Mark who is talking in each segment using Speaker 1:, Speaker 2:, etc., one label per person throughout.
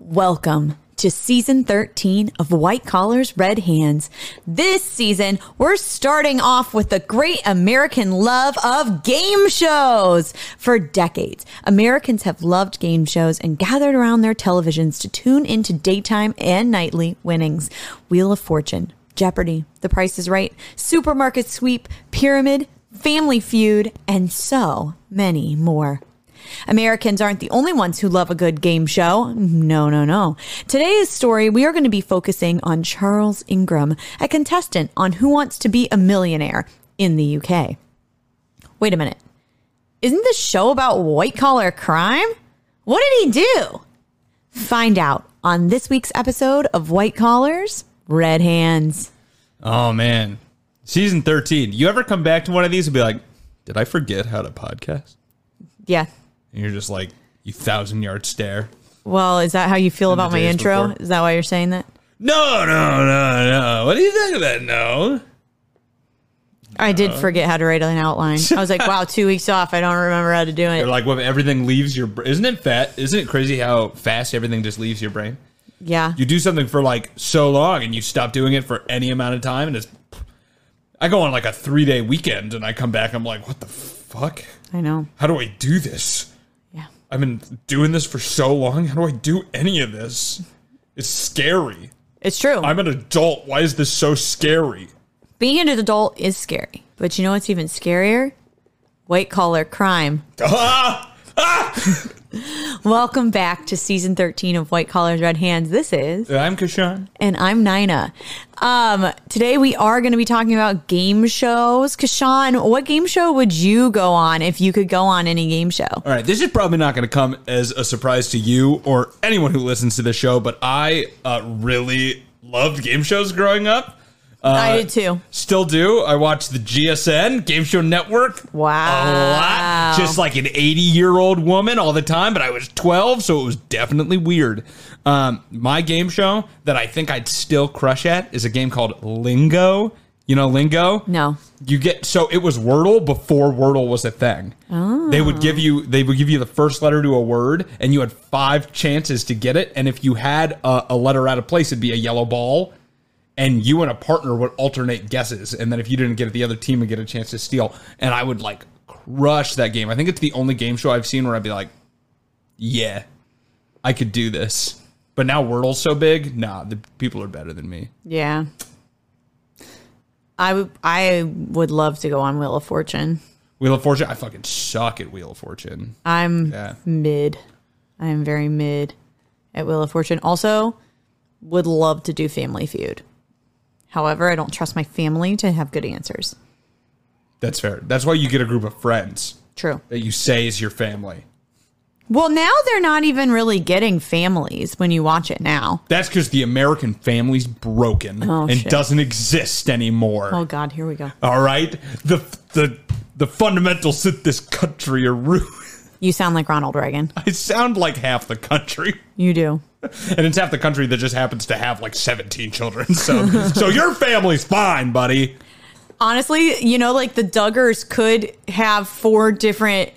Speaker 1: Welcome to season 13 of White Collars Red Hands. This season, we're starting off with the great American love of game shows. For decades, Americans have loved game shows and gathered around their televisions to tune into daytime and nightly winnings. Wheel of Fortune, Jeopardy, The Price is Right, Supermarket Sweep, Pyramid, Family Feud, and so many more. Americans aren't the only ones who love a good game show. No, no, no. Today's story, we are going to be focusing on Charles Ingram, a contestant on Who Wants to Be a Millionaire in the UK. Wait a minute. Isn't this show about white collar crime? What did he do? Find out on this week's episode of White Collars, Red Hands.
Speaker 2: Oh man, season thirteen. You ever come back to one of these and be like, "Did I forget how to podcast?"
Speaker 1: Yeah.
Speaker 2: And you're just like, you thousand yard stare.
Speaker 1: Well, is that how you feel
Speaker 2: And the
Speaker 1: about my
Speaker 2: days
Speaker 1: intro?
Speaker 2: before.
Speaker 1: Is that why you're saying that?
Speaker 2: No, no, no, no. What are you talking about? No.
Speaker 1: I
Speaker 2: Uh-huh.
Speaker 1: did forget how to write an outline. I was like, wow, two weeks off. I don't remember how to do
Speaker 2: They're
Speaker 1: it.
Speaker 2: like, when everything leaves your. Br- Isn't it fat? Isn't it crazy how fast everything just leaves your brain?
Speaker 1: Yeah.
Speaker 2: You do something for like so long, and you stop doing it for any amount of time, and it's. I go on like a three day weekend, and I come back. I'm like, what the fuck?
Speaker 1: I know.
Speaker 2: How do I do this?
Speaker 1: Yeah.
Speaker 2: I've been doing this for so long. How do I do any of this? It's scary.
Speaker 1: It's true.
Speaker 2: I'm an adult. Why is this so scary?
Speaker 1: Being an adult is scary. But you know what's even scarier? White collar crime.
Speaker 2: Ah!
Speaker 1: Welcome back to season 13 of White Collars Red Hands. This is
Speaker 2: I'm Kashan.
Speaker 1: and I'm Nina. Um, today we are going to be talking about game shows. Kashan, what game show would you go on if you could go on any game show?
Speaker 2: All right, this is probably not going to come as a surprise to you or anyone who listens to the show, but I uh, really loved game shows growing up. Uh,
Speaker 1: I did too.
Speaker 2: Still do. I watch the GSN Game Show Network.
Speaker 1: Wow.
Speaker 2: A lot. Just like an 80 year old woman all the time, but I was 12, so it was definitely weird. Um, my game show that I think I'd still crush at is a game called Lingo. You know Lingo?
Speaker 1: No.
Speaker 2: You get so it was Wordle before Wordle was a thing. They would give you they would give you the first letter to a word, and you had five chances to get it. And if you had a, a letter out of place, it'd be a yellow ball, and you and a partner would alternate guesses. And then if you didn't get it, the other team would get a chance to steal. And I would like crush that game. I think it's the only game show I've seen where I'd be like, yeah, I could do this. But now Wordle's so big, nah, the people are better than me.
Speaker 1: Yeah. I would I would love to go on Wheel of Fortune.
Speaker 2: Wheel of Fortune, I fucking suck at Wheel of Fortune.
Speaker 1: I'm
Speaker 2: Yeah.
Speaker 1: mid. I am very mid at Wheel of Fortune. Also, would love to do Family Feud. However, I don't trust my family to have good answers.
Speaker 2: That's fair. That's why you get a group of friends
Speaker 1: True.
Speaker 2: that you say is your family.
Speaker 1: Well, now they're not even really getting families when you watch it now.
Speaker 2: That's because the American family's broken
Speaker 1: Oh,
Speaker 2: and
Speaker 1: shit.
Speaker 2: doesn't exist anymore.
Speaker 1: Oh God, here we go.
Speaker 2: All right, the the the fundamentals that this country are ruined.
Speaker 1: You sound like Ronald Reagan.
Speaker 2: I sound like half the country,
Speaker 1: You do.
Speaker 2: and it's half the country that just happens to have like seventeen children. So so your family's fine, buddy.
Speaker 1: Honestly, you know, like the Duggars could have four different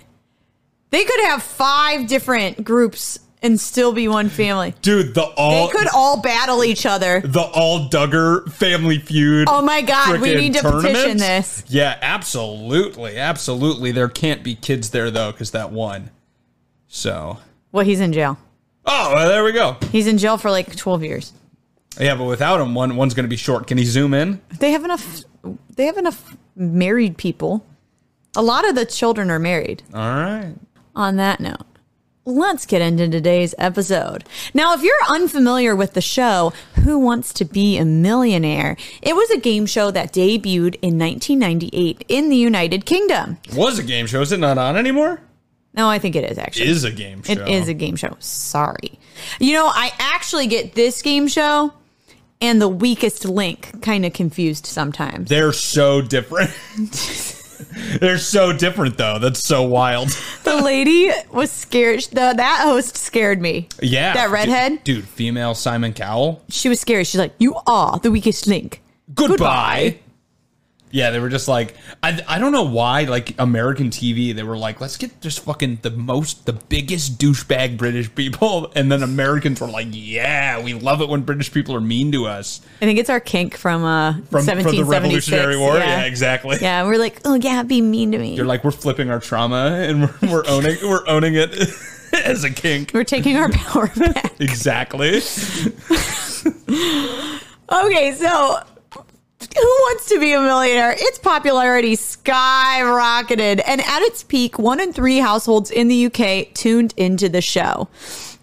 Speaker 1: they could have five different groups and still be one family.
Speaker 2: Dude, the all
Speaker 1: They could all battle each other.
Speaker 2: the all Duggar family feud.
Speaker 1: Oh my God, we
Speaker 2: frickin'
Speaker 1: need to petition
Speaker 2: tournament?
Speaker 1: this.
Speaker 2: Yeah, absolutely, absolutely. There can't be kids there though, because that one. So,
Speaker 1: Well, he's in jail.
Speaker 2: oh, well, there we go.
Speaker 1: He's in jail for like 12 years.
Speaker 2: Yeah, but without him, one one's going to be short. Can he zoom in?
Speaker 1: They have enough they have enough married people. A lot of the children are married.
Speaker 2: All right.
Speaker 1: On that note, let's get into today's episode. Now, if you're unfamiliar with the show Who Wants to Be a Millionaire, it was a game show that debuted in 1998 in the United Kingdom.
Speaker 2: Was a game show? Is it not on anymore?
Speaker 1: No, I think it is actually.
Speaker 2: Is a game show.
Speaker 1: It is a game show. Sorry. You know, I actually get this game show and the weakest link kind of confused sometimes.
Speaker 2: They're so different. They're so different though. That's so wild.
Speaker 1: the lady was scared. The, that host scared me.
Speaker 2: Yeah.
Speaker 1: That redhead?
Speaker 2: Dude, female Simon Cowell.
Speaker 1: She was scared. She's like, You are the weakest link.
Speaker 2: Goodbye. Yeah, they were just like I I don't know why like American TV they were like let's get just fucking the most the biggest douchebag British people and then Americans were like yeah we love it when British people are mean to us
Speaker 1: I think it's our kink from uh
Speaker 2: from from the
Speaker 1: 1776.
Speaker 2: Revolutionary War yeah, exactly
Speaker 1: Yeah, we're like, oh yeah, be mean to me.
Speaker 2: you're like we're flipping our trauma and we're, we're owning we're owning it as a kink
Speaker 1: we're taking our power back.
Speaker 2: exactly
Speaker 1: Okay, so who wants to be a millionaire? Its popularity skyrocketed, and at its peak, one in three households in the UK tuned into the show.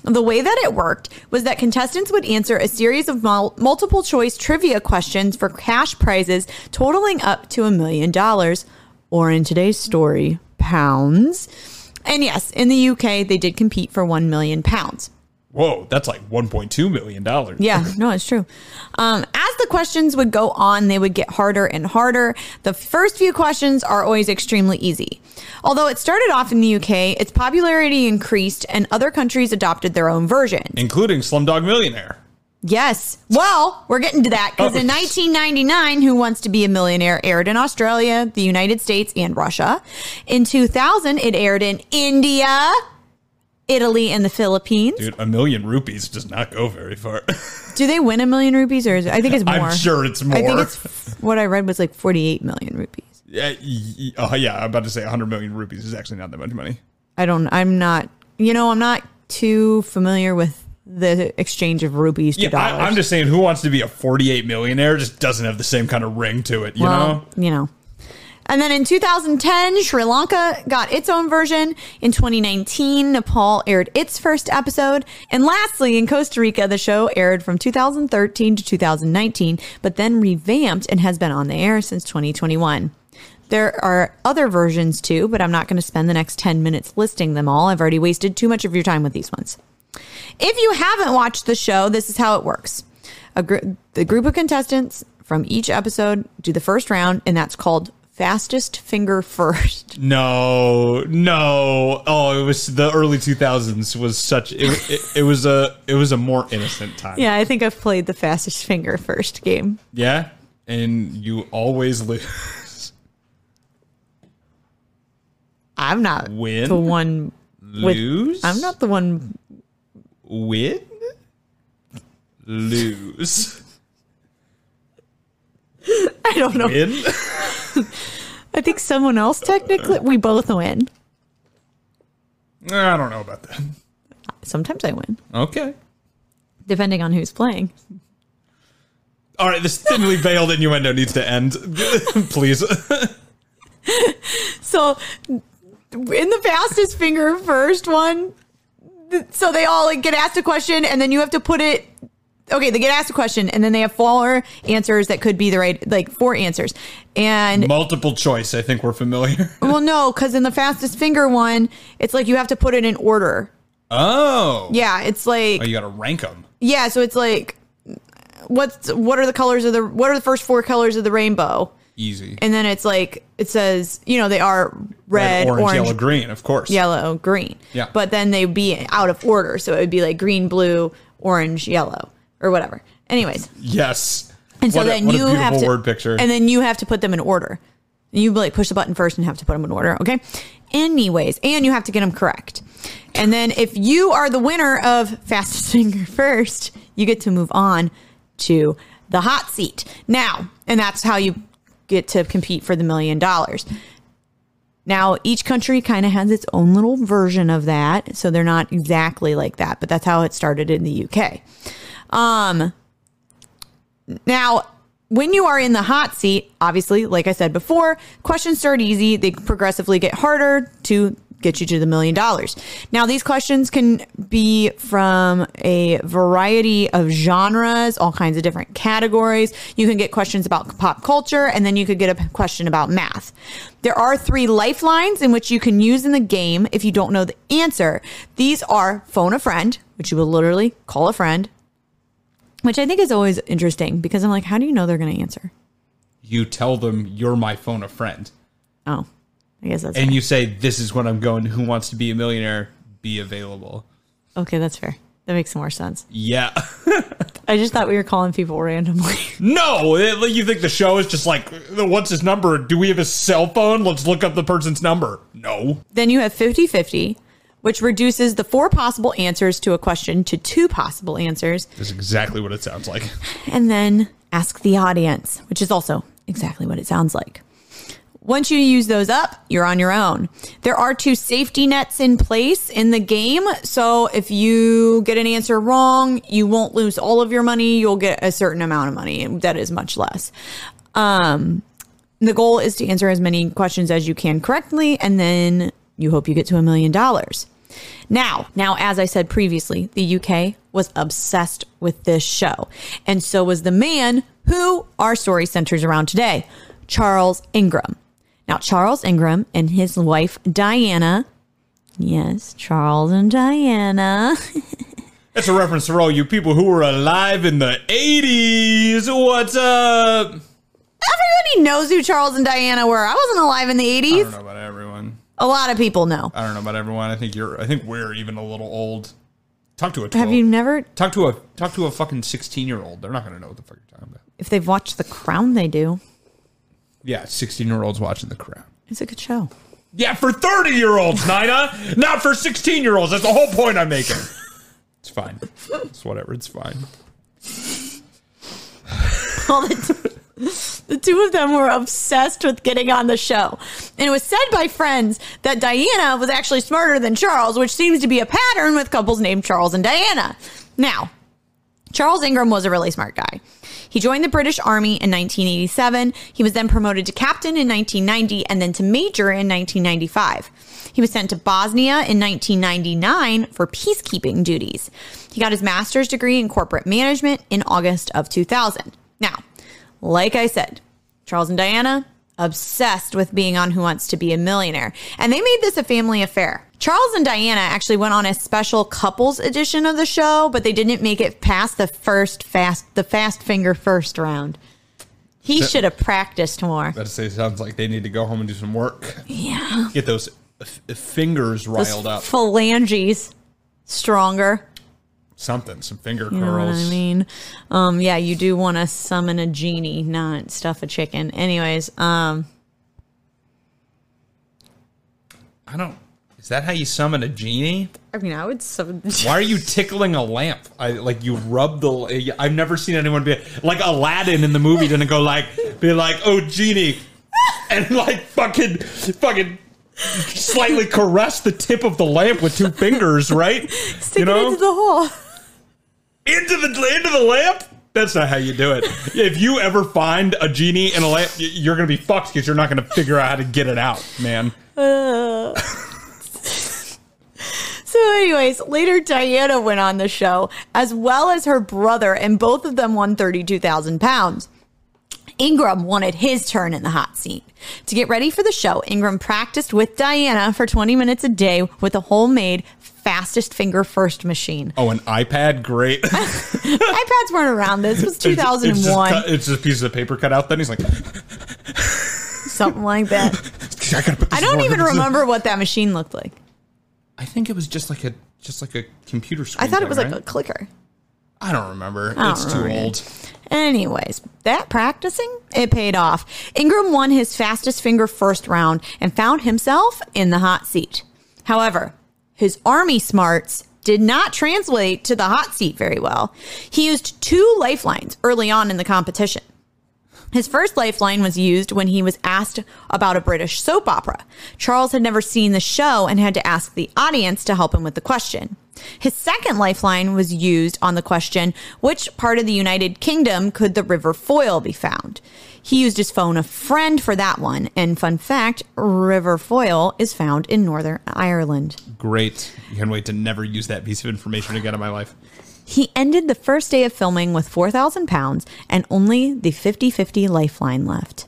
Speaker 1: The way that it worked was that contestants would answer a series of mul- multiple choice trivia questions for cash prizes totaling up to a million dollars, or in today's story, pounds. And yes, in the UK, they did compete for one million pounds.
Speaker 2: whoa that's like 1.2 million dollars
Speaker 1: Yeah, no, it's true. Um, as the questions would go on, they would get harder and harder. The first few questions are always extremely easy. Although it started off in the UK, its popularity increased and other countries adopted their own version.
Speaker 2: including Slumdog Millionaire
Speaker 1: Yes. Well, we're getting to that because in
Speaker 2: Oh.
Speaker 1: 1999, Who Wants to Be a Millionaire aired in Australia, the United States, and Russia. In 2000, it aired in India, Italy, and the Philippines.
Speaker 2: dude a million rupees does not go very far
Speaker 1: Do they win a million rupees or is it, I think it's more.
Speaker 2: I'm sure it's
Speaker 1: I think
Speaker 2: more.
Speaker 1: it's what I read was like 48 million rupees.
Speaker 2: Yeah, y- y- uh, yeah, I'm about to say 100 million rupees is actually not that much money.
Speaker 1: I don't, I'm not, you know, I'm not too familiar with the exchange of rupees to
Speaker 2: Yeah,
Speaker 1: dollars.
Speaker 2: I, am just saying, who wants to be a 48 millionaire? Just doesn't have the same kind of ring to it, you know?
Speaker 1: Well, you know. And then in 2010, Sri Lanka got its own version. In 2019, Nepal aired its first episode. And lastly, in Costa Rica, the show aired from 2013 to 2019, but then revamped and has been on the air since 2021. There are other versions too, but I'm not going to spend the next 10 minutes listing them all. I've already wasted too much of your time with these ones. If you haven't watched the show, this is how it works. A gr- the group of contestants from each episode do the first round, and that's called fastest finger first.
Speaker 2: No, no. Oh, it was the early 2000s was such it, it, it was a it was a more innocent time.
Speaker 1: Yeah, I think I've played the fastest finger first game.
Speaker 2: Yeah? And you always lose.
Speaker 1: I'm not
Speaker 2: Win?
Speaker 1: the one. With,
Speaker 2: Lose?
Speaker 1: I'm not the one.
Speaker 2: win lose.
Speaker 1: I don't know.
Speaker 2: Win?
Speaker 1: I think someone else technically. We both win.
Speaker 2: I don't know about that.
Speaker 1: Sometimes I win,
Speaker 2: Okay.
Speaker 1: depending on who's playing.
Speaker 2: All right, this thinly veiled innuendo needs to end. Please.
Speaker 1: So, in the fastest finger first one, th- so they all like get asked a question, and then you have to put it. Okay, they get asked a question, and then they have four answers that could be the right, like four answers. And
Speaker 2: Multiple choice, I think we're familiar.
Speaker 1: well, no, because in the fastest finger one, it's like you have to put it in order.
Speaker 2: Oh.
Speaker 1: Yeah, it's like
Speaker 2: Oh, you got to rank them.
Speaker 1: yeah, so it's like what's what are the colors of the what are the first four colors of the rainbow?
Speaker 2: Easy.
Speaker 1: And then it's like it says you know they are red,
Speaker 2: orange,
Speaker 1: orange
Speaker 2: yellow, green, of course.
Speaker 1: yellow, green.
Speaker 2: Yeah.
Speaker 1: But then they'd be out of order. So it would be like green, blue, orange, yellow, or whatever. Anyways.
Speaker 2: Yes.
Speaker 1: And so
Speaker 2: What a-
Speaker 1: then
Speaker 2: what a
Speaker 1: you
Speaker 2: beautiful
Speaker 1: have to
Speaker 2: word picture.
Speaker 1: And then you have to put them in order. You like push the button first and have to put them in order, okay? Anyways, and you have to get them correct. And then if you are the winner of fastest finger first, you get to move on to the hot seat. Now, and that's how you get to compete for the million dollars. Now, each country kind of has its own little version of that, so they're not exactly like that, but that's how it started in the UK. Um, now, when you are in the hot seat, obviously, like I said before, questions start easy, they progressively get harder to get you to the million dollars. Now, these questions can be from a variety of genres, all kinds of different categories. You can get questions about pop culture, and then you could get a p- question about math. There are three lifelines in which you can use in the game if you don't know the answer. These are phone a friend, which you will literally call a friend, which I think is always interesting because I'm like, how do you know they're going to answer?
Speaker 2: You tell them you're my phone a friend,
Speaker 1: Oh, I guess that's
Speaker 2: and you say this is what I'm going. Who wants to be a millionaire? Be available.
Speaker 1: okay. That's fair. That makes more sense.
Speaker 2: Yeah.
Speaker 1: I just thought we were calling people randomly.
Speaker 2: No, it- you think the show is just like, what's his number? Do we have his cell phone? Let's look up the person's number. No.
Speaker 1: then you have 50 50, which reduces the four possible answers to a question to two possible answers.
Speaker 2: That's exactly what it sounds like.
Speaker 1: and then ask the audience, which is also exactly what it sounds like. Once you use those up, you're on your own. There are two safety nets in place in the game. So if you get an answer wrong, you won't lose all of your money. You'll get a certain amount of money, and that is much less. Um, the goal is to answer as many questions as you can correctly, and then you hope you get to a million dollars. Now, now, as I said previously, the UK was obsessed with this show, and so was the man who our story centers around today, Charles Ingram. Now, Charles Ingram and his wife Diana, yes, Charles and Diana,
Speaker 2: That's a reference for all you people who were alive in the 80s. What's up?
Speaker 1: everybody knows who Charles and Diana were. I wasn't alive in the
Speaker 2: I don't
Speaker 1: 80s.
Speaker 2: know about everyone.
Speaker 1: A lot of people know.
Speaker 2: I don't know about everyone. I think you're I think we're even a little old. Talk to a 12.
Speaker 1: Have you never,
Speaker 2: talk to a talk to a fucking 16-year-old. They're not going to know what the fuck you're talking about.
Speaker 1: if they've watched The Crown, they do.
Speaker 2: Yeah, 16-year-olds watching The Crown.
Speaker 1: It's a good show.
Speaker 2: Yeah, for 30 year olds, Nina, not for 16 year olds. That's the whole point I'm making. It's fine. It's whatever. It's fine.
Speaker 1: All the, the two of them were obsessed with getting on the show. And it was said by friends that Diana was actually smarter than Charles, which seems to be a pattern with couples named Charles and Diana. Now, Charles Ingram was a really smart guy. He joined the British Army in 1987. He was then promoted to captain in 1990 and then to major in 1995. He was sent to Bosnia in 1999 for peacekeeping duties. He got his master's degree in corporate management in August of 2000. Now, like I said, Charles and Diana obsessed with being on Who Wants to Be a Millionaire, and they made this a family affair. Charles and Diana actually went on a special couples edition of the show, but they didn't make it past the first fast the fast finger first round. He should have practiced more.
Speaker 2: That say sounds like they need to go home and do some work.
Speaker 1: Yeah.
Speaker 2: Get those f- fingers
Speaker 1: Those
Speaker 2: riled up.
Speaker 1: phalanges stronger.
Speaker 2: Something. Some finger
Speaker 1: You know what
Speaker 2: curls.
Speaker 1: I mean? Um, yeah, you do want to summon a genie, not stuff a chicken. Anyways, um,
Speaker 2: I don't. Is that how you summon a genie?
Speaker 1: I mean, I would summon.
Speaker 2: Why are you tickling a lamp? I like you rub the. I've never seen anyone be like Aladdin in the movie. Didn't go like be like, oh genie, and like fucking fucking slightly caress the tip of the lamp with two fingers, right?
Speaker 1: Stick it into the hole.
Speaker 2: into the into the lamp. That's not how you do it. If you ever find a genie in a lamp, y- you're gonna be fucked because you're not gonna figure out how to get it out, man.
Speaker 1: So, anyways, later Diana went on the show as well as her brother, and both of them won 32,000 pounds. Ingram wanted his turn in the hot seat. To get ready for the show, Ingram practiced with Diana for 20 minutes a day with a homemade fastest finger first machine.
Speaker 2: Oh, an iPad, great.
Speaker 1: iPads weren't around. This was
Speaker 2: It's just-
Speaker 1: 2001,
Speaker 2: It's just, cut- it's just pieces of paper cut out. Then he's like,
Speaker 1: something like that.
Speaker 2: I gotta put. This
Speaker 1: I don't
Speaker 2: more-
Speaker 1: even remember what that machine looked like.
Speaker 2: I think it was just like a just like a computer
Speaker 1: I
Speaker 2: screen.
Speaker 1: thought it
Speaker 2: thing,
Speaker 1: was like
Speaker 2: right?
Speaker 1: a clicker.
Speaker 2: I don't remember.
Speaker 1: don't
Speaker 2: it's too
Speaker 1: remember either.
Speaker 2: old.
Speaker 1: Anyways, that practicing, it paid off. Ingram won his fastest finger first round and found himself in the hot seat. However, his army smarts did not translate to the hot seat very well. He used two lifelines early on in the competition. His first lifeline was used when he was asked about a British soap opera. Charles had never seen the show and had to ask the audience to help him with the question. His second lifeline was used on the question which part of the United Kingdom could the River Foyle be found? He used his phone a friend for that one. And fun fact River Foyle is found in Northern Ireland.
Speaker 2: Great. You can wait to never use that piece of information again in my life.
Speaker 1: He ended the first day of filming with 4,000 pounds and only the 50 50 lifeline left.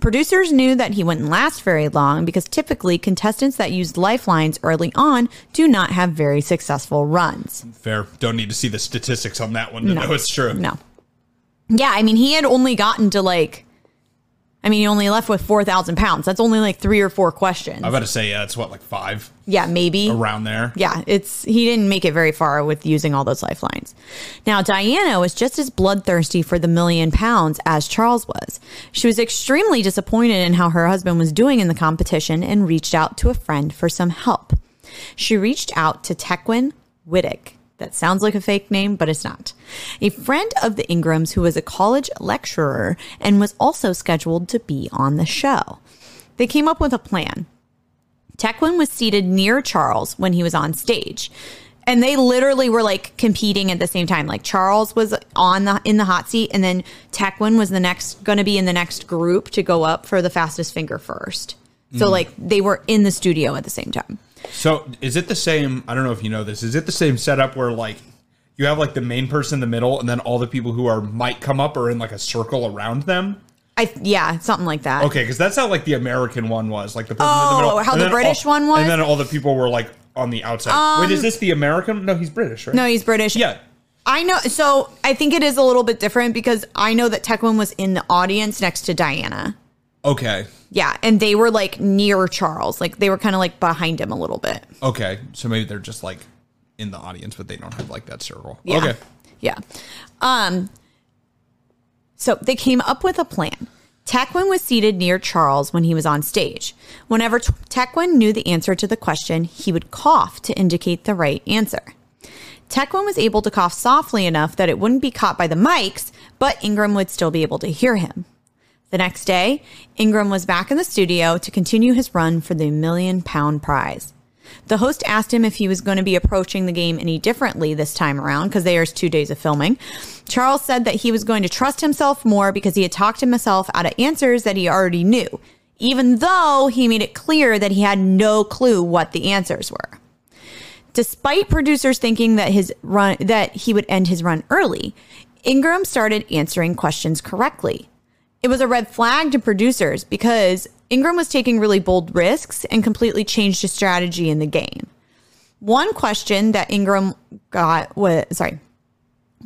Speaker 1: Producers knew that he wouldn't last very long because typically contestants that used lifelines early on do not have very successful runs.
Speaker 2: Fair. Don't need to see the statistics on that one to know it's true.
Speaker 1: No. Yeah, I mean, he had only gotten to like, I mean, he only left with 4,000 pounds. That's only like three or four questions.
Speaker 2: I was about to say, yeah, it's what, like five
Speaker 1: yeah, maybe.
Speaker 2: Uh, around there?
Speaker 1: Yeah, it's he didn't make it very far with using all those lifelines. Now, Diana was just as bloodthirsty for the million pounds as Charles was. She was extremely disappointed in how her husband was doing in the competition and reached out to a friend for some help. She reached out to Tequin Wittick. That sounds like a fake name, but it's not. A friend of the Ingrams who was a college lecturer and was also scheduled to be on the show. They came up with a plan. Tequin was seated near Charles when he was on stage. And they literally were like competing at the same time. Like Charles was on the in the hot seat and then Tequin was the next going to be in the next group to go up for the fastest finger first. So
Speaker 2: Mm.
Speaker 1: like they were in the studio at the same time.
Speaker 2: So is it the same? I don't know if you know this. Is it the same setup where like you have like the main person in the middle, and then all the people who are might come up are in like a circle around them?
Speaker 1: I yeah, something like that.
Speaker 2: Okay, because that's how like the American one was, like the person in
Speaker 1: Oh,
Speaker 2: the middle.
Speaker 1: how
Speaker 2: and
Speaker 1: the
Speaker 2: then
Speaker 1: British
Speaker 2: all-
Speaker 1: one was? Um,
Speaker 2: and then all the people were like on the outside. Wait, is this the American? No, he's British, right?
Speaker 1: No, he's British.
Speaker 2: yeah.
Speaker 1: I know. So I think it is a little bit different because I know that Tequin was in the audience next to Diana.
Speaker 2: Okay,
Speaker 1: Yeah, and they were like near Charles. Like they were kind of like behind him a little bit.
Speaker 2: okay. So maybe they're just like in the audience, but they don't have like that circle.
Speaker 1: Yeah.
Speaker 2: Okay,
Speaker 1: Yeah. Um so they came up with a plan. Tequin was seated near Charles when he was on stage. Whenever T- Tequin knew the answer to the question, he would cough to indicate the right answer. Tequin was able to cough softly enough that it wouldn't be caught by the mics, but Ingram would still be able to hear him. The next day, Ingram was back in the studio to continue his run for the million pound prize. The host asked him if he was going to be approaching the game any differently this time around because there's two days of filming. Charles said that he was going to trust himself more because he had talked himself out of answers that he already knew, even though he made it clear that he had no clue what the answers were. Despite producers thinking that his run that he would end his run early, Ingram started answering questions correctly. It was a red flag to producers because Ingram was taking really bold risks and completely changed his strategy in the game. One question that Ingram got was sorry.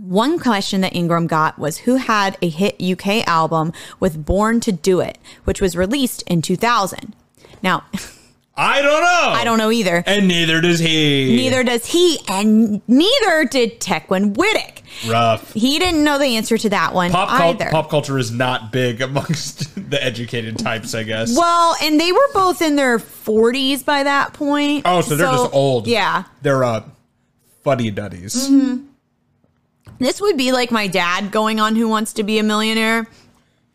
Speaker 1: One question that Ingram got was who had a hit UK album with Born to Do It, which was released in 2000. Now,
Speaker 2: I don't know.
Speaker 1: I don't know either.
Speaker 2: and neither does he.
Speaker 1: Neither does he, and neither did Tequin Wittick.
Speaker 2: rough.
Speaker 1: He didn't know the answer to that one
Speaker 2: Pop, cul-
Speaker 1: either.
Speaker 2: pop culture is not big amongst the educated types, I guess.
Speaker 1: well, and they were both in their 40s by that point.
Speaker 2: Oh, so they're just old.
Speaker 1: Yeah.
Speaker 2: They're uh fuddy duddies.
Speaker 1: Mm-hmm. This would be like my dad going on Who Wants to Be a Millionaire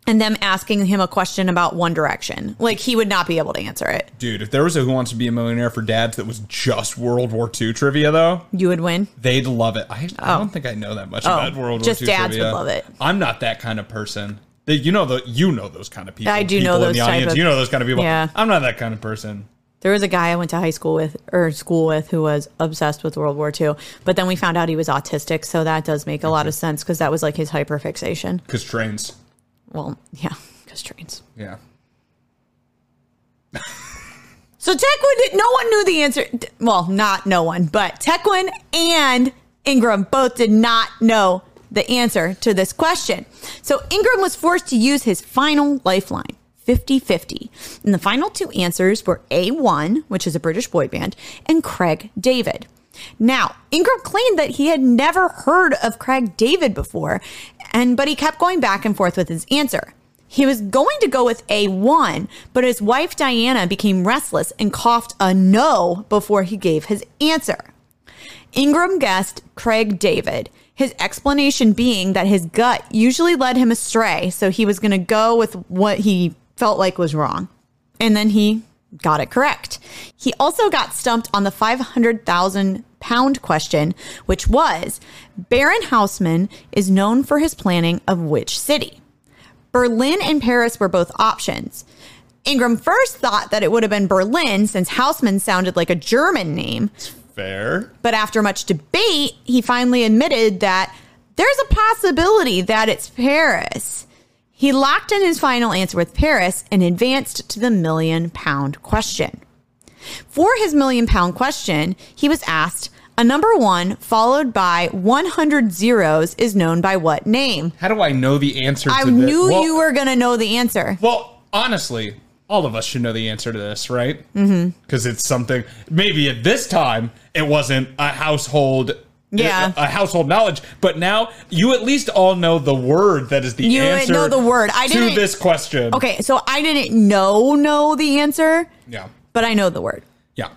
Speaker 1: and them asking him a question about One Direction. Like, he would not be able to answer it.
Speaker 2: Dude, if there was a Who Wants to Be a Millionaire for Dads that was just World War II trivia, though,
Speaker 1: You would win.
Speaker 2: they'd love it. I, I don't think I know that much about World
Speaker 1: Oh. just
Speaker 2: War II
Speaker 1: dads would
Speaker 2: trivia.
Speaker 1: love it.
Speaker 2: I'm not that kind of person. They- You know the you know those kind of people.
Speaker 1: I do
Speaker 2: People
Speaker 1: know
Speaker 2: in
Speaker 1: those
Speaker 2: the
Speaker 1: type
Speaker 2: audience.
Speaker 1: of-
Speaker 2: You know those kind of people.
Speaker 1: Yeah.
Speaker 2: I'm not that kind of person.
Speaker 1: There was a guy I went to high school with or school with who was obsessed with World War II, but then we found out he was autistic, so that does make a lot of sense because that was like his hyperfixation.
Speaker 2: Because trains.
Speaker 1: Well, yeah, because trains.
Speaker 2: Yeah.
Speaker 1: So Tequin, did, no one knew the answer. d- Well, not no one, but Tequin and Ingram both did not know the answer to this question. So Ingram was forced to use his final lifeline. 50 50. And the final two answers were A1, which is a British boy band, and Craig David. Now, Ingram claimed that he had never heard of Craig David before, and but he kept going back and forth with his answer. He was going to go with A1, but his wife Diana became restless and coughed a no before he gave his answer. Ingram guessed Craig David, his explanation being that his gut usually led him astray, so he was going to go with what he felt like was wrong. And then he got it correct. He also got stumped on the 500,000 pound question, which was Baron Hausman is known for his planning of which city? Berlin and Paris were both options. Ingram first thought that it would have been Berlin since Hausman sounded like a German name,
Speaker 3: Fair.
Speaker 1: but after much debate, he finally admitted that there's a possibility that it's Paris. He locked in his final answer with Paris and advanced to the million pound question. For his million pound question, he was asked a number one followed by 100 zeros is known by what name?
Speaker 2: How do I know the answer to
Speaker 1: I
Speaker 2: this?
Speaker 1: knew
Speaker 2: Well-
Speaker 1: you were going to know the answer.
Speaker 2: Well, honestly, all of us should know the answer to this, right? Mm-hmm. Because it's something. Maybe at this time it wasn't a household.
Speaker 1: Yeah.
Speaker 2: A, a household knowledge, but now you at least all know the word that is the
Speaker 1: You
Speaker 2: answer.
Speaker 1: know the word. I
Speaker 2: to
Speaker 1: didn't-
Speaker 2: this question.
Speaker 1: Okay, so I didn't know know the answer,
Speaker 2: Yeah.
Speaker 1: but I know the word.
Speaker 2: Yeah.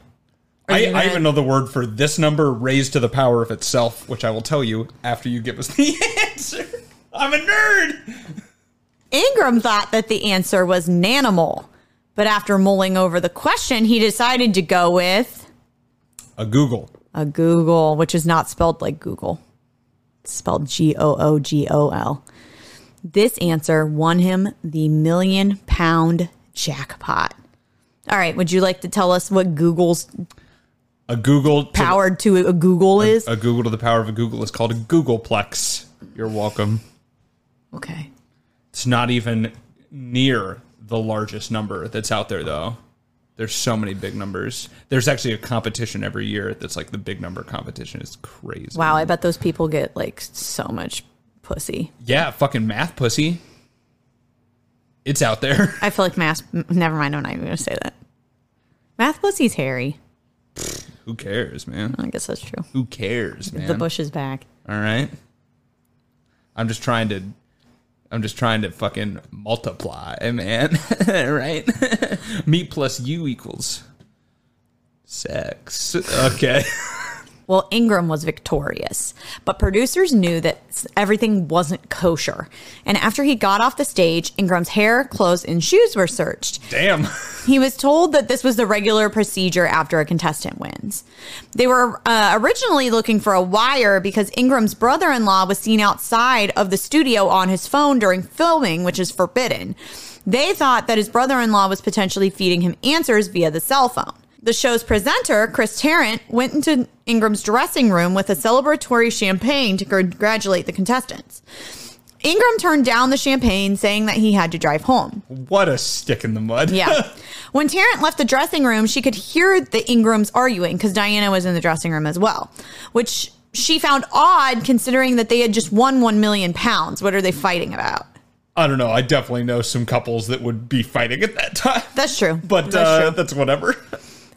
Speaker 1: Are
Speaker 2: I,
Speaker 1: you
Speaker 2: I
Speaker 1: gonna-
Speaker 2: even know the word for this number raised to the power of itself, which I will tell you after you give us the answer. I'm a nerd.
Speaker 1: Ingram thought that the answer was nanimal, but after mulling over the question, he decided to go with
Speaker 2: A Google.
Speaker 1: a Google, which is not spelled like Google. It's spelled G O O G O L. This answer won him the million pound jackpot. All right, would you like to tell us what Google's
Speaker 2: A Google to the-
Speaker 1: powered to a Google is?
Speaker 2: a Google to the power of a Google is called a Googleplex. You're welcome.
Speaker 1: Okay.
Speaker 2: It's not even near the largest number that's out there, though. There's so many big numbers. There's actually a competition every year that's like the big number competition. It's crazy.
Speaker 1: Wow, I bet those people get like so much pussy.
Speaker 2: Yeah, fucking math pussy. It's out there.
Speaker 1: I feel like math. m- Never mind. I'm not even going to say that. Math pussy's hairy.
Speaker 2: Who cares, man?
Speaker 1: I guess that's true.
Speaker 2: Who cares, man?
Speaker 1: The bush is back.
Speaker 2: All right. I'm just trying to. I'm just trying to fucking multiply, man. right? Me plus you equals sex. Okay.
Speaker 1: Well, Ingram was victorious, but producers knew that s- everything wasn't kosher. And after he got off the stage, Ingram's hair, clothes, and shoes were searched.
Speaker 2: Damn.
Speaker 1: He was told that this was the regular procedure after a contestant wins. They were uh, originally looking for a wire because Ingram's brother in law was seen outside of the studio on his phone during filming, which is forbidden. They thought that his brother in law was potentially feeding him answers via the cell phone. The show's presenter, Chris Tarrant, went into Ingram's dressing room with a celebratory champagne to congratulate the contestants. Ingram turned down the champagne, saying that he had to drive home.
Speaker 2: What a stick in the mud.
Speaker 1: Yeah. when Tarrant left the dressing room, she could hear the Ingrams arguing because Diana was in the dressing room as well, which she found odd considering that they had just won 1 million pounds. What are they fighting about?
Speaker 2: I don't know. I definitely know some couples that would be fighting at that time.
Speaker 1: That's true.
Speaker 2: But
Speaker 1: That's
Speaker 2: uh,
Speaker 1: true.
Speaker 2: that's whatever.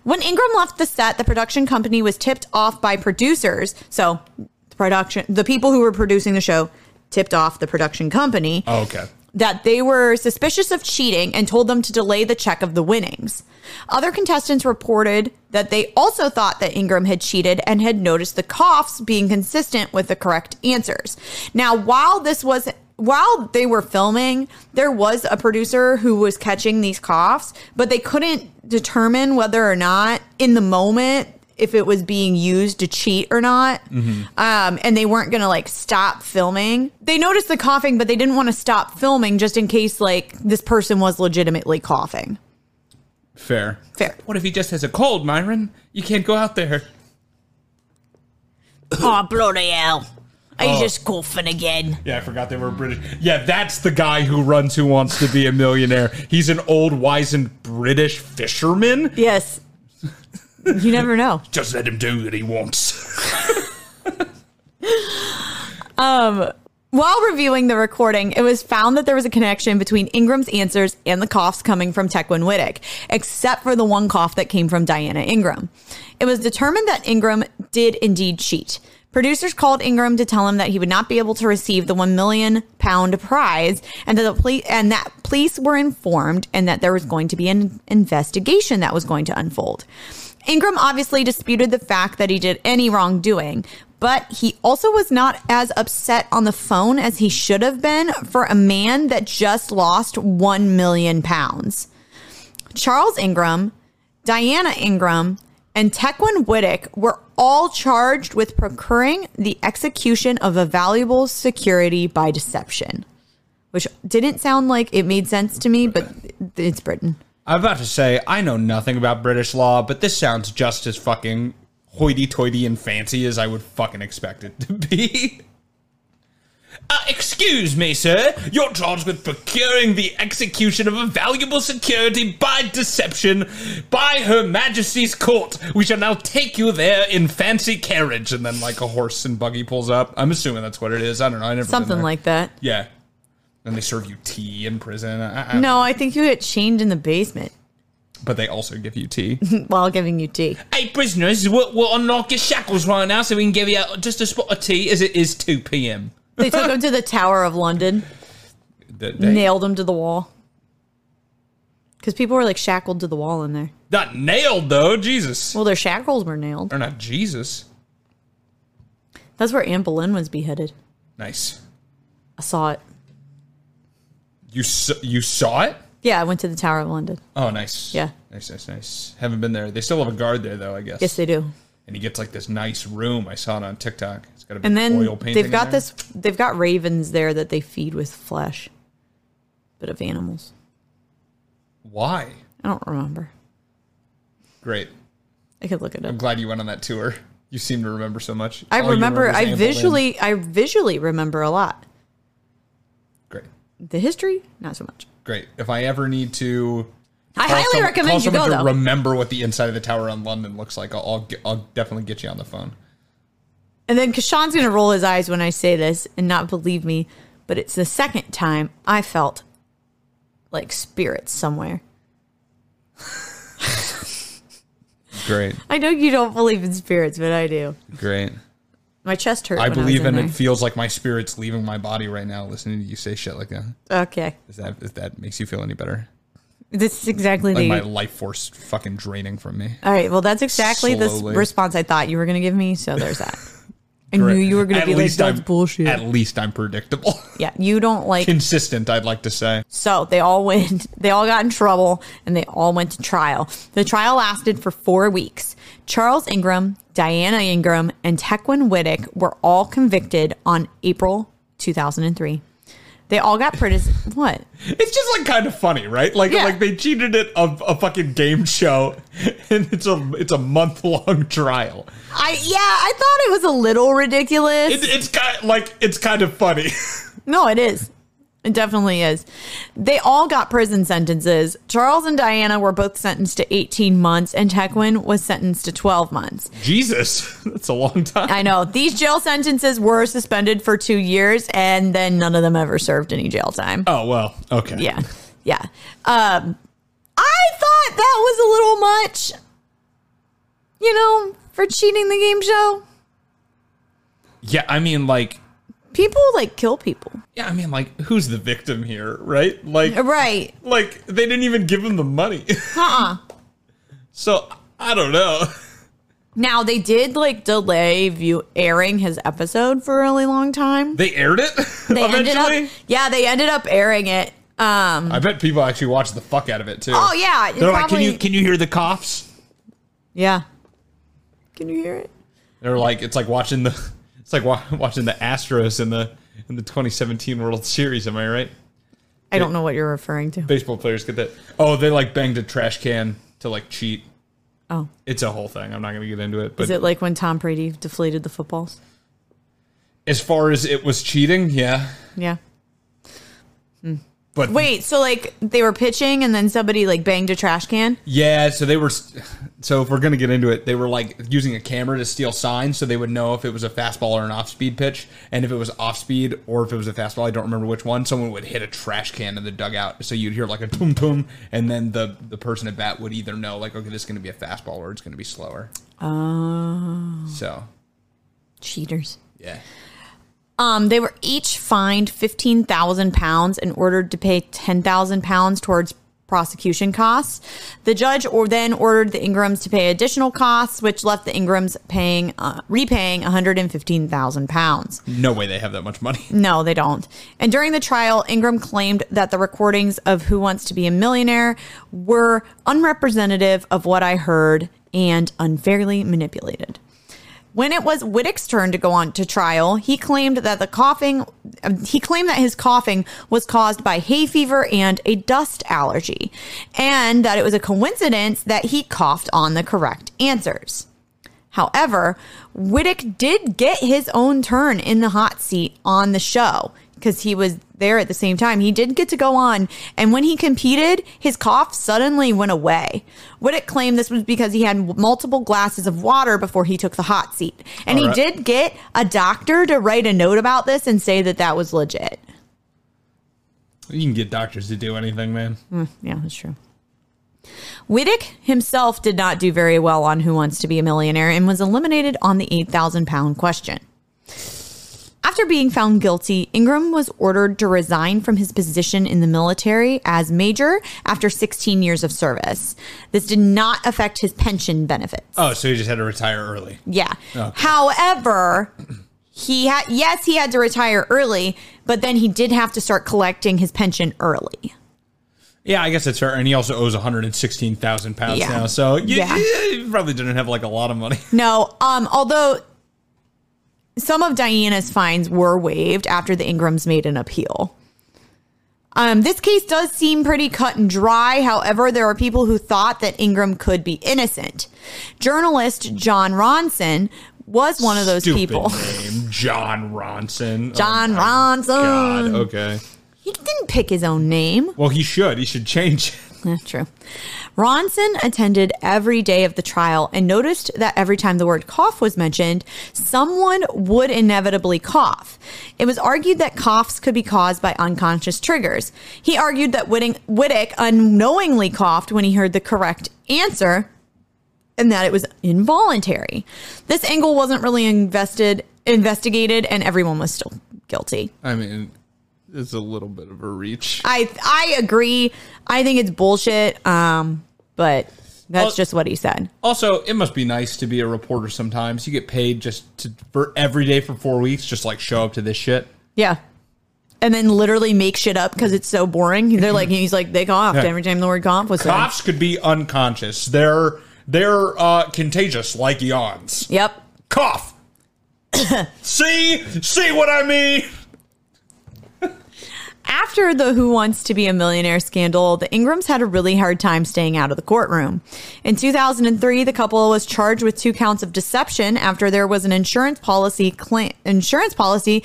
Speaker 1: When Ingram left the set, the production company was tipped off by producers. So, the production, the people who were producing the show tipped off the production company.
Speaker 2: okay.
Speaker 1: that they were suspicious of cheating and told them to delay the check of the winnings. Other contestants reported that they also thought that Ingram had cheated and had noticed the coughs being consistent with the correct answers. Now, while this was while they were filming, there was a producer who was catching these coughs, but they couldn't determine whether or not in the moment if it was being used to cheat or not. Um, and they weren't going to like stop filming. They noticed the coughing, but they didn't want to stop filming just in case like this person was legitimately coughing.
Speaker 2: Fair.
Speaker 1: Fair.
Speaker 2: What if he just has a cold, Myron? You can't go out there.
Speaker 4: Oh, bloody hell. I
Speaker 2: Oh.
Speaker 4: just coughing again.
Speaker 2: Yeah, I forgot they were British. Yeah, that's the guy who runs Who Wants to Be a Millionaire. He's an old, wizened British fisherman.
Speaker 1: Yes. you never know.
Speaker 2: Just let him do what he wants.
Speaker 1: Um, While reviewing the recording, it was found that there was a connection between Ingram's answers and the coughs coming from Tequin Wittick, except for the one cough that came from Diana Ingram. It was determined that Ingram did indeed cheat. Producers called Ingram to tell him that he would not be able to receive the one million pound prize, and that the police and that police were informed, and that there was going to be an investigation that was going to unfold. Ingram obviously disputed the fact that he did any wrongdoing, but he also was not as upset on the phone as he should have been for a man that just lost 1 million pounds. Charles Ingram, Diana Ingram, and Tequin Wittick were all charged with procuring the execution of a valuable security by deception, which didn't sound like it made sense to me, but it's Britain.
Speaker 2: I'm about to say I know nothing about British law, but this sounds just as fucking hoity-toity and fancy as I would fucking expect it to be. Uh, excuse me, sir. You're charged with procuring the execution of a valuable security by deception by Her Majesty's Court. We shall now take you there in fancy carriage, and then like a horse and buggy pulls up. I'm assuming that's what it is. I don't know. I never been
Speaker 1: Something
Speaker 2: there.
Speaker 1: like that.
Speaker 2: yeah. And they serve you tea in prison. I, I,
Speaker 1: No, I think you get chained in the basement
Speaker 2: but they also give you tea.
Speaker 1: while giving you tea.
Speaker 2: Hey, prisoners, we'll, we'll unlock your shackles right now so we can give you just a spot of tea as it is 2 p.m.
Speaker 1: They took him to the Tower of London, nailed him to the wall. Because people were like shackled to the wall in there.
Speaker 2: Not nailed, though. Jesus.
Speaker 1: Well, their shackles were nailed.
Speaker 2: They're not Jesus.
Speaker 1: That's where Anne Boleyn was beheaded.
Speaker 2: Nice.
Speaker 1: I saw it.
Speaker 2: You s you saw it?
Speaker 1: Yeah, I went to the Tower of London.
Speaker 2: Oh, nice.
Speaker 1: Yeah.
Speaker 2: Nice, nice, nice. Haven't been there. They still have a guard there, though, I guess.
Speaker 1: Yes, they do.
Speaker 2: And he gets like this nice room. I saw it on TikTok. It's got a big
Speaker 1: And then
Speaker 2: oil painting.
Speaker 1: they've
Speaker 2: in
Speaker 1: got
Speaker 2: there.
Speaker 1: this. They've got ravens there that they feed with flesh, but of animals.
Speaker 2: Why?
Speaker 1: I don't remember.
Speaker 2: Great.
Speaker 1: I could look it up.
Speaker 2: I'm glad you went on that tour. You seem to remember so much.
Speaker 1: I
Speaker 2: All Oh, you
Speaker 1: remember.
Speaker 2: is
Speaker 1: I
Speaker 2: Anne Boleyn.
Speaker 1: visually. I visually remember a lot.
Speaker 2: Great.
Speaker 1: The history, not so much.
Speaker 2: Great. If I ever need to
Speaker 1: I
Speaker 2: Call
Speaker 1: highly
Speaker 2: some- call
Speaker 1: recommend you go
Speaker 2: someone
Speaker 1: though.
Speaker 2: to remember what the inside of the tower on London looks like. I'll I'll, get, I'll definitely get you on the phone.
Speaker 1: and then Kashan's gonna roll his eyes when I say this and not believe me, but it's the second time I felt like spirits somewhere.
Speaker 2: Great,
Speaker 1: I know you don't believe in spirits, but I do.
Speaker 2: great.
Speaker 1: My chest hurt.
Speaker 2: I
Speaker 1: when
Speaker 2: believe
Speaker 1: I was
Speaker 2: and
Speaker 1: in
Speaker 2: it feels like my spirit's leaving my body right now listening to you say shit like that.
Speaker 1: there. Okay,
Speaker 2: If that if that makes you feel any better,
Speaker 1: this is exactly
Speaker 2: like
Speaker 1: the.
Speaker 2: my life force fucking draining from me.
Speaker 1: All right, well, that's exactly the s-
Speaker 2: Slowly.
Speaker 1: response I thought you were gonna give me. So there's that. I
Speaker 2: Great.
Speaker 1: knew you were gonna
Speaker 2: At
Speaker 1: be like
Speaker 2: least
Speaker 1: that's
Speaker 2: I'm-
Speaker 1: bullshit.
Speaker 2: At least I'm predictable,
Speaker 1: yeah, you don't like
Speaker 2: consistent. I'd like to say.
Speaker 1: So they all went, they all got in trouble and they all went to trial. The trial lasted for four weeks. Charles Ingram, Diana Ingram, and Tequin Wittick were all convicted on April 2003. They all got prison. what?
Speaker 2: It's just like kind of funny, right? Like
Speaker 1: Yeah.
Speaker 2: like they cheated it of a fucking game show, and it's a it's a month long trial.
Speaker 1: I, yeah, I thought it was a little ridiculous.
Speaker 2: It, it's kind like it's kind of funny.
Speaker 1: No, it is. It definitely is. They all got prison sentences. Charles and Diana were both sentenced to 18 months, and Tequin was sentenced to 12 months.
Speaker 2: Jesus, that's a long time.
Speaker 1: I know. These jail sentences were suspended for two years, and then none of them ever served any jail time.
Speaker 2: oh well, okay.
Speaker 1: Yeah. Yeah. Um, I thought that was a little much, you know, for cheating the game show.
Speaker 2: yeah. I mean, like,
Speaker 1: People like kill people.
Speaker 2: yeah, I mean, like, who's the victim here, right? Like,
Speaker 1: Right.
Speaker 2: like they didn't even give him the money,
Speaker 1: Uh-uh.
Speaker 2: so I don't know.
Speaker 1: Now, they did like delay view airing his episode for a really long time.
Speaker 2: They aired it
Speaker 1: They
Speaker 2: eventually.
Speaker 1: ended up, yeah, they ended up airing it. Um,
Speaker 2: I bet people actually watched the fuck out of it too.
Speaker 1: oh, yeah.
Speaker 2: they're like, can you can you hear the coughs?
Speaker 1: yeah. Can you hear it?
Speaker 2: They're like, it's like watching the, it's like wa- watching the Astros in the in the 2017 World Series. Am I right?
Speaker 1: I don't know what you're referring to.
Speaker 2: Baseball players get that. Oh, they like banged a trash can to like cheat.
Speaker 1: Oh.
Speaker 2: It's a whole thing. I'm not gonna get into it. But
Speaker 1: Is it like when Tom Brady deflated the footballs?
Speaker 2: As far as it was cheating, yeah.
Speaker 1: Yeah.
Speaker 2: But
Speaker 1: Wait, so like they were pitching and then somebody like banged a trash can?
Speaker 2: yeah, so they were. So if we're gonna get into it, they were like using a camera to steal signs, so they would know if it was a fastball or an off-speed pitch, and if it was off-speed or if it was a fastball. I don't remember which one. Someone would hit a trash can in the dugout, so you'd hear like a boom boom, and then the the person at bat would either know like, okay, this is gonna be a fastball or it's gonna be slower. Oh. So
Speaker 1: Cheaters.
Speaker 2: yeah,
Speaker 1: Um, they were each fined fifteen thousand pounds and ordered to pay ten thousand pounds towards prosecution costs. The judge or then ordered the Ingrams to pay additional costs, which left the Ingrams paying uh, repaying 115,000 pounds.
Speaker 2: No way they have that much money.
Speaker 1: No, they don't. And during the trial, Ingram claimed that the recordings of Who Wants to Be a Millionaire were unrepresentative of what I heard and unfairly manipulated. When it was Whittick's turn to go on to trial, he claimed that the coughing um, he claimed that his coughing was caused by hay fever and a dust allergy and that it was a coincidence that he coughed on the correct answers. However, Whittick did get his own turn in the hot seat on the show because he was there at the same time. He did get to go on, and when he competed, his cough suddenly went away. Whittick claimed this was because he had multiple glasses of water before he took the hot seat. And he
Speaker 2: All right.
Speaker 1: did get a doctor to write a note about this and say that that was legit.
Speaker 2: You can get doctors to do anything, man.
Speaker 1: Yeah, that's true. Whittick himself did not do very well on Who Wants to Be a Millionaire and was eliminated on the 8,000 pound question. After being found guilty, Ingram was ordered to resign from his position in the military as major after 16 years of service. This did not affect his pension benefits.
Speaker 2: Oh, so you just had to retire early.
Speaker 1: Yeah. However, he had yes, he had to retire early, but then he did have to start collecting his pension early.
Speaker 2: Yeah, I guess that's fair. And he also owes 116,000 pounds
Speaker 1: Yeah.
Speaker 2: now. So you,
Speaker 1: Yeah.
Speaker 2: you probably didn't have like a lot of money.
Speaker 1: No, um, although some of Diana's fines were waived after the Ingrams made an appeal. Um, this case does seem pretty cut and dry. However, there are people who thought that Ingram could be innocent. Journalist John Ronson was one of those
Speaker 2: Stupid
Speaker 1: people.
Speaker 2: Name, John Ronson. Oh
Speaker 1: John
Speaker 2: my
Speaker 1: Ronson.
Speaker 2: God. Okay.
Speaker 1: He didn't pick his own name.
Speaker 2: Well, he should. He should change it.
Speaker 1: That's true. Ronson attended every day of the trial and noticed that every time the word cough was mentioned, someone would inevitably cough. It was argued that coughs could be caused by unconscious triggers. He argued that Whitting- Whittick unknowingly coughed when he heard the correct answer and that it was involuntary. This angle wasn't really invested investigated and everyone was still guilty.
Speaker 2: I mean, it's a little bit of a reach.
Speaker 1: I I agree. I think it's bullshit. Um, but that's
Speaker 2: Well-
Speaker 1: just what he said.
Speaker 2: Also, it must be nice to be a reporter sometimes. You get paid just to, for every day for four weeks, just like show up to this shit.
Speaker 1: Yeah. And then literally make shit up because it's so boring. They're like, he's like, they coughed
Speaker 2: Yeah.
Speaker 1: every time the word cough was said.
Speaker 2: Coughs could be unconscious. They're they're uh, contagious, like yawns.
Speaker 1: Yep.
Speaker 2: Cough. see, see what I mean?
Speaker 1: After the Who Wants to Be a Millionaire scandal, the Ingrams had a really hard time staying out of the courtroom. In 2003, the couple was charged with two counts of deception after there was an insurance policy claim insurance policy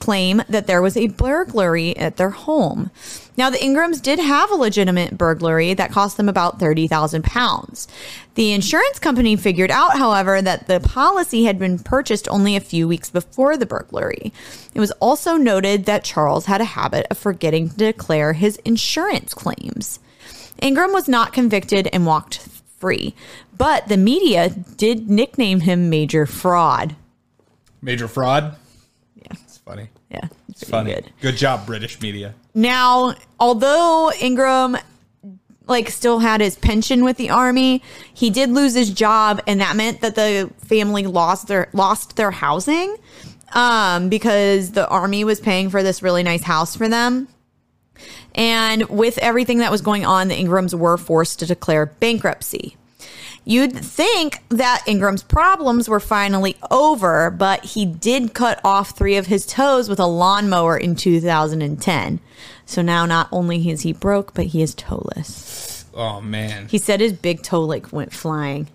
Speaker 1: claim that there was a burglary at their home. Now, the Ingrams did have a legitimate burglary that cost them about 30,000 pounds. The insurance company figured out, however, that the policy had been purchased only a few weeks before the burglary. It was also noted that Charles had a habit of forgetting to declare his insurance claims. Ingram was not convicted and walked free, but the media did nickname him Major Fraud.
Speaker 2: Major fraud. Yeah, it's funny.
Speaker 1: Yeah,
Speaker 2: It's funny.
Speaker 1: Good.
Speaker 2: Good. job, British media.
Speaker 1: Now, although Ingram like still had his pension with the army, he did lose his job and that meant that the family lost their lost their housing um because the army was paying for this really nice house for them. And with everything that was going on, the Ingrams were forced to declare bankruptcy. You'd think that Ingram's problems were finally over, but he did cut off three of his toes with a lawnmower in 2010. So now not only is he broke, but he is toeless.
Speaker 2: Oh man,
Speaker 1: He said his big toe like went flying.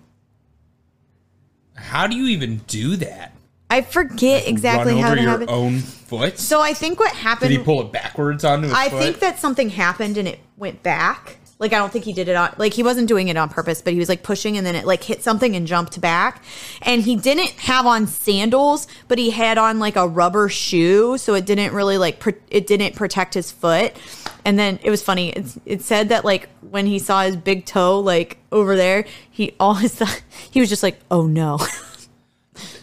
Speaker 2: how do you even do that?
Speaker 1: I forget exactly
Speaker 2: Run
Speaker 1: how
Speaker 2: over
Speaker 1: to
Speaker 2: your
Speaker 1: have it.
Speaker 2: own foot.
Speaker 1: So I think what
Speaker 2: Did he
Speaker 1: happened
Speaker 2: pull it backwards onto his
Speaker 1: I
Speaker 2: foot?
Speaker 1: think that something happened and it went back. Like I don't think he did it on like he wasn't doing it on purpose, but he was like pushing and then it like hit something and jumped back. And he didn't have on sandals, but he had on like a rubber shoe, so it didn't really like pro- it didn't protect his foot. And then it was funny. It's, it said that like when he saw his big toe like over there, he all his he was just like, "Oh no."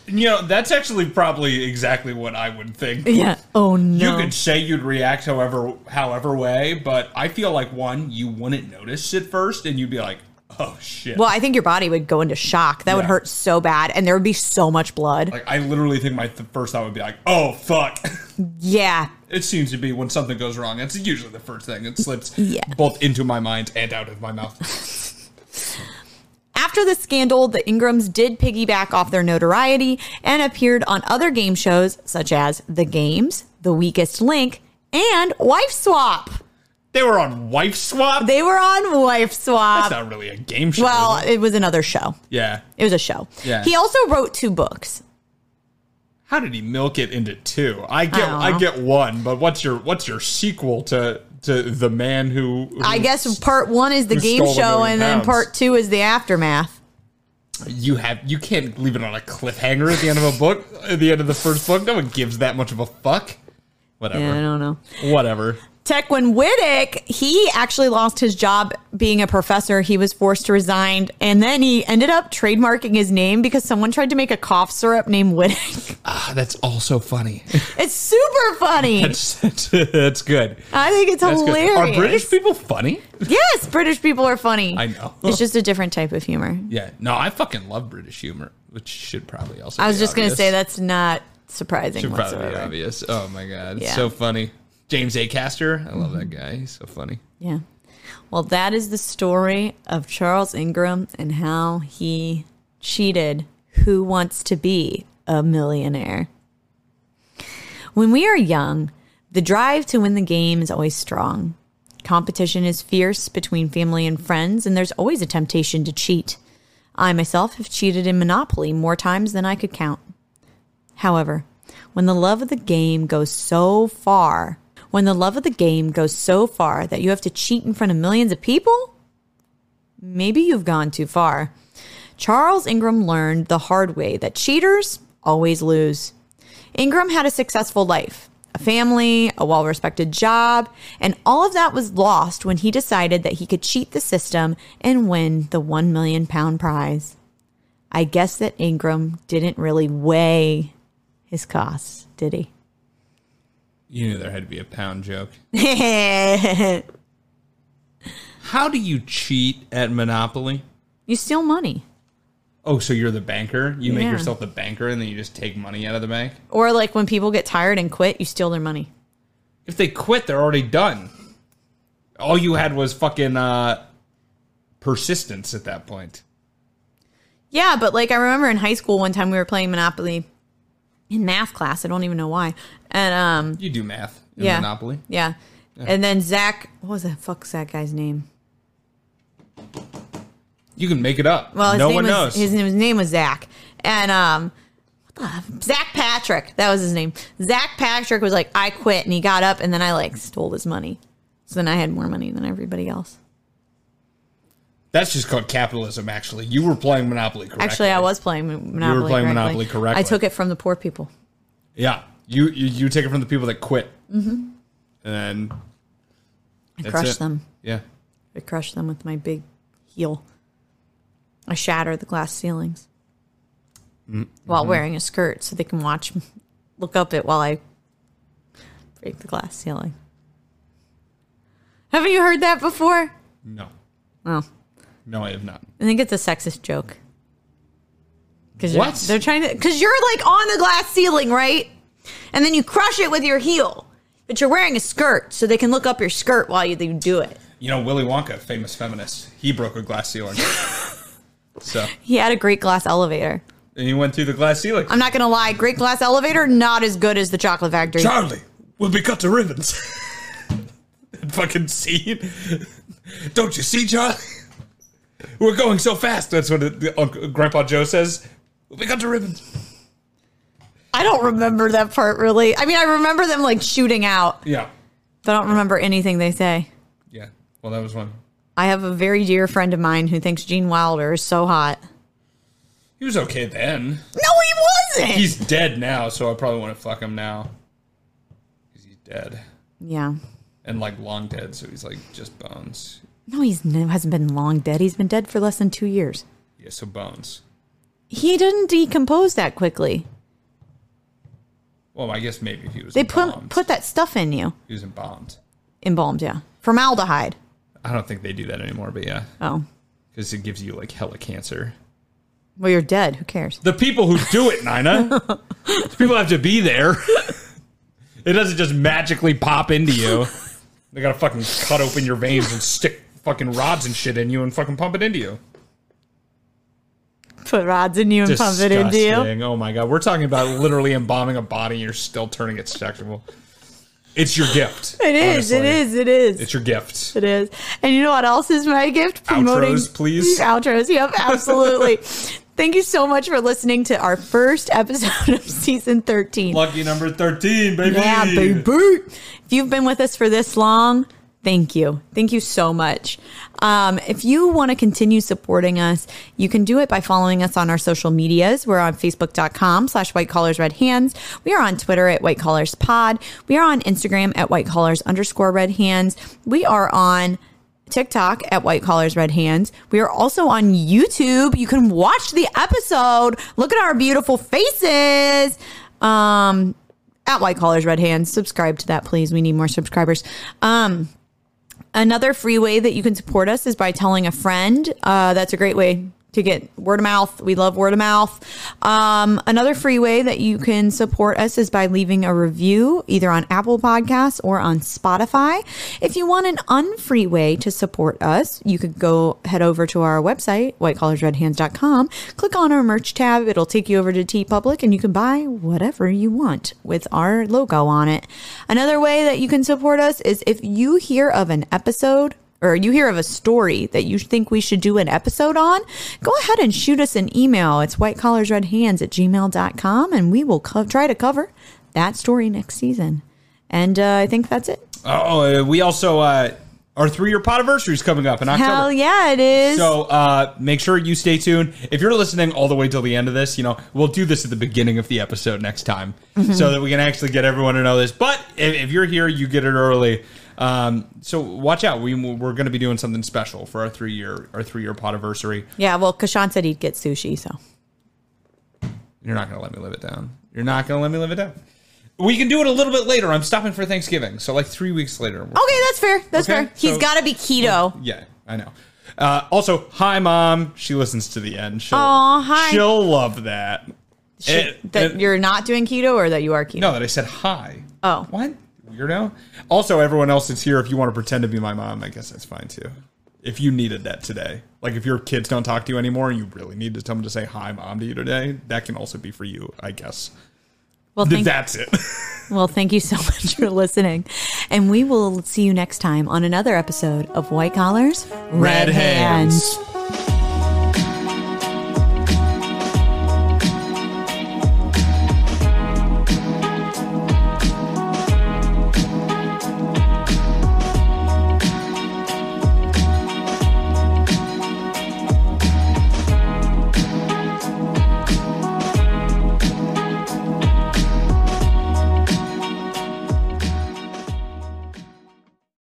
Speaker 2: you know, that's actually probably exactly what I would think.
Speaker 1: Yeah. Oh no.
Speaker 2: You could say you'd react however however way, but I feel like one, you wouldn't notice at first, and you'd be like, "Oh shit!"
Speaker 1: well, I think your body would go into shock. That would
Speaker 2: Yeah.
Speaker 1: hurt so bad, and there would be so much blood.
Speaker 2: like I literally think my th- first thought would be like, "Oh fuck!"
Speaker 1: yeah.
Speaker 2: it seems to be when something goes wrong. It's usually the first thing that slips
Speaker 1: Yeah.
Speaker 2: both into my mind and out of my mouth.
Speaker 1: After the scandal, the Ingrams did piggyback off their notoriety and appeared on other game shows such as The Games, The Weakest Link, and Wife Swap.
Speaker 2: they were on Wife Swap.
Speaker 1: They were on Wife
Speaker 2: That's
Speaker 1: Swap.
Speaker 2: not really a game show.
Speaker 1: Well,
Speaker 2: is it?
Speaker 1: it was another show.
Speaker 2: yeah.
Speaker 1: It was a show.
Speaker 2: Yeah.
Speaker 1: He also wrote two books.
Speaker 2: How did he milk it into two? I get,
Speaker 1: Oh.
Speaker 2: I get one, but what's your what's your sequel to to the man who? who
Speaker 1: I guess part one is the
Speaker 2: Who
Speaker 1: game
Speaker 2: stole a
Speaker 1: show,
Speaker 2: million
Speaker 1: and then
Speaker 2: pounds?
Speaker 1: part two is the aftermath.
Speaker 2: you have you can't leave it on a cliffhanger at the end of a book at the end of the first book. No one gives that much of a fuck. Whatever.
Speaker 1: Yeah, I don't know.
Speaker 2: Whatever.
Speaker 1: Tekwin Wittick, he actually lost his job being a professor. He was forced to resign, and then he ended up trademarking his name because someone tried to make a cough syrup named Wittick.
Speaker 2: Ah, that's also funny.
Speaker 1: It's super funny.
Speaker 2: that's, that's, that's good.
Speaker 1: I think it's
Speaker 2: That's
Speaker 1: hilarious.
Speaker 2: Are British people funny?
Speaker 1: Yes, British people are funny.
Speaker 2: I know.
Speaker 1: It's just a different type of humor.
Speaker 2: Yeah. No, I fucking love British humor, which should probably also.
Speaker 1: I was
Speaker 2: be
Speaker 1: just going to
Speaker 2: obvious.
Speaker 1: say that's not surprising
Speaker 2: Should probably be
Speaker 1: whatsoever.
Speaker 2: obvious. Oh my god, it's
Speaker 1: Yeah. Mm-hmm.
Speaker 2: so funny. James A. Caster, I love that guy. He's so funny.
Speaker 1: Yeah. Well, that is the story of Charles Ingram and how he cheated who wants to be a millionaire. When we are young, the drive to win the game is always strong. Competition is fierce between family and friends, and there's always a temptation to cheat. I myself have cheated in Monopoly more times than I could count. However, when the love of the game goes so far, when the love of the game goes so far that you have to cheat in front of millions of people, maybe you've gone too far. Charles Ingram learned the hard way that cheaters always lose. Ingram had a successful life, a family, a well respected job, and all of that was lost when he decided that he could cheat the system and win the 1 million pound prize. I guess that Ingram didn't really weigh his costs, did he?
Speaker 2: You knew there had to be a pound joke.
Speaker 1: you
Speaker 2: How do you cheat at Monopoly?
Speaker 1: steal money.
Speaker 2: Oh, so you're the banker? You make
Speaker 1: Yeah.
Speaker 2: yourself the banker and then you just take money out of the bank?
Speaker 1: Or like when people get tired and quit, you steal their money.
Speaker 2: If they quit, they're already done. All you had was fucking uh, persistence at that point.
Speaker 1: Yeah, but like I remember in high school one time we were playing Monopoly in math class. I don't even know why. And um
Speaker 2: You do math in
Speaker 1: yeah.
Speaker 2: Monopoly.
Speaker 1: Yeah. And then Zach what was that fuck Zach guy's name?
Speaker 2: You can make it up.
Speaker 1: Well his
Speaker 2: no
Speaker 1: name
Speaker 2: one
Speaker 1: was
Speaker 2: knows.
Speaker 1: his name, his name was Zach. And um what the- Zach Patrick, that was his name. Zach Patrick was like, I quit, and he got up, and then I like stole his money. So then I had more money than everybody else.
Speaker 2: That's just called capitalism, actually. You were playing Monopoly correctly.
Speaker 1: Actually, I was playing Mon- Monopoly. correctly.
Speaker 2: playing Monopoly correctly.
Speaker 1: I took it from the poor people.
Speaker 2: Yeah. You, you, you take it from the people that quit. Mm-hmm. And then
Speaker 1: I
Speaker 2: that's
Speaker 1: crushed
Speaker 2: it.
Speaker 1: them.
Speaker 2: Yeah.
Speaker 1: I crushed them with my big heel. I shatter the glass ceilings
Speaker 2: Mm,
Speaker 1: while
Speaker 2: mm-hmm.
Speaker 1: wearing a skirt so they can watch, m- look up it while I break the glass ceiling. Haven't you heard that before?
Speaker 2: No.
Speaker 1: Oh,
Speaker 2: No, I have not.
Speaker 1: I think it's a sexist joke. Cause
Speaker 2: What?
Speaker 1: They're, they're trying to, because you're like on the glass ceiling, right? And then you crush it with your heel, but you're wearing a skirt so they can look up your skirt while you you do it.
Speaker 2: You know, Willy Wonka, famous feminist, he broke a glass ceiling. so,
Speaker 1: He had a great glass elevator.
Speaker 2: and he went through the glass ceiling.
Speaker 1: I'm not gonna lie, Great Glass Elevator not as good as the Chocolate Factory.
Speaker 2: Charlie will be cut to ribbons. fucking scene. Don't you see, Charlie? We're going so fast. That's what it, Uncle, Grandpa Joe says. We'll be cut to ribbons.
Speaker 1: I don't remember that part really. I mean, I remember them like shooting out,
Speaker 2: Yeah.
Speaker 1: but I don't remember anything they say.
Speaker 2: Yeah. Well, that was one.
Speaker 1: I have a very dear friend of mine who thinks Gene Wilder is so hot.
Speaker 2: He was okay then.
Speaker 1: No, he wasn't.
Speaker 2: He's dead now, so I probably want to fuck him now. 'Cause he's dead.
Speaker 1: yeah.
Speaker 2: And, like, long dead, so he's, like, just bones.
Speaker 1: No, he's no, hasn't been long dead. He's been dead for less than two years.
Speaker 2: Yeah, so bones.
Speaker 1: He didn't decompose that quickly.
Speaker 2: Well, I guess maybe if he was
Speaker 1: They put
Speaker 2: embalmed.
Speaker 1: put that stuff in you.
Speaker 2: he was embalmed.
Speaker 1: Embalmed, yeah. Formaldehyde.
Speaker 2: I don't think they do that anymore, but yeah,
Speaker 1: Oh.
Speaker 2: because it gives you like hella cancer.
Speaker 1: Well, you're dead. Who cares?
Speaker 2: The people who do it, Nina, the people have to be there. It doesn't just magically pop into you. They gotta fucking cut open your veins and stick fucking rods and shit in you and fucking pump it into you.
Speaker 1: Put rods in you and pump it into you.
Speaker 2: Disgusting. Oh my god, we're talking about literally embalming a body and you're still turning it sexual. It's your gift.
Speaker 1: It is, it
Speaker 2: honestly.
Speaker 1: is, it is.
Speaker 2: It's your gift.
Speaker 1: It is. And you know what else is my gift? Promoting
Speaker 2: Outros, please.
Speaker 1: Outros. Yep, absolutely. Thank you so much for listening to our first episode of season 13.
Speaker 2: Lucky number thirteen, baby.
Speaker 1: Yeah, baby. If you've been with us for this long, thank you. Thank you so much. Um, if you want to continue supporting us, you can do it by following us on our social medias. We're on facebook.com slash white collars red hands. We are on Twitter at white collars pod. We are on Instagram at white collars underscore red hands. We are on TikTok at White Collars Red Hands. We are also on YouTube. You can watch the episode. Look at our beautiful faces. Um, at White Collars Red Hands. Subscribe to that, please. We need more subscribers. Um, another free way that you can support us is by telling a friend. Uh, that's a great way to get word of mouth. We love word of mouth. Um, another free way that you can support us is by leaving a review either on Apple Podcasts or on Spotify. If you want an unfree way to support us, you could go head over to our website, whitecollarsredhands.com, click on our merch tab. It'll take you over to T Public and you can buy whatever you want with our logo on it. Another way that you can support us is if you hear of an episode or you hear of a story that you think we should do an episode on, go ahead and shoot us an email. It's whitecollarsredhands at gmail.com and we will co- try to cover that story next season. And uh, I think that's it.
Speaker 2: Oh, uh, we also uh, our three-year podiversary is coming up in October.
Speaker 1: Hell yeah, it is.
Speaker 2: So uh, make sure you stay tuned. If you're listening all the way till the end of this, you know we'll do this at the beginning of the episode next time,
Speaker 1: Mm-hmm.
Speaker 2: so that we can actually get everyone to know this. But if, if you're here, you get it early. Um, so watch out. We we're going to be doing something special for our three year our three year podiversary.
Speaker 1: yeah, well, Kashan said he'd get sushi, so.
Speaker 2: You're not going to let me live it down. You're not going to let me live it down. We can do it a little bit later. I'm stopping for Thanksgiving, so like three weeks later. we're-
Speaker 1: Okay, that's fair. That's
Speaker 2: Okay,
Speaker 1: fair. He's
Speaker 2: so-
Speaker 1: got to be keto.
Speaker 2: Yeah, I know. Uh, also, hi mom. She listens to the end. She'll,
Speaker 1: Aw, hi.
Speaker 2: She'll love that. It-
Speaker 1: that
Speaker 2: it-
Speaker 1: you're not doing keto or that you are keto.
Speaker 2: no, that I said hi.
Speaker 1: Oh.
Speaker 2: what weirdo. Also, everyone else that's here, if you want to pretend to be my mom, I guess that's fine too. If you needed that today, like if your kids don't talk to you anymore and you really need to tell them to say hi, mom, to you today, that can also be for you, I guess.
Speaker 1: Well, thank,
Speaker 2: that's it.
Speaker 1: well, thank you so much for listening. And we will see you next time on another episode of White Collars,
Speaker 2: Red Hands.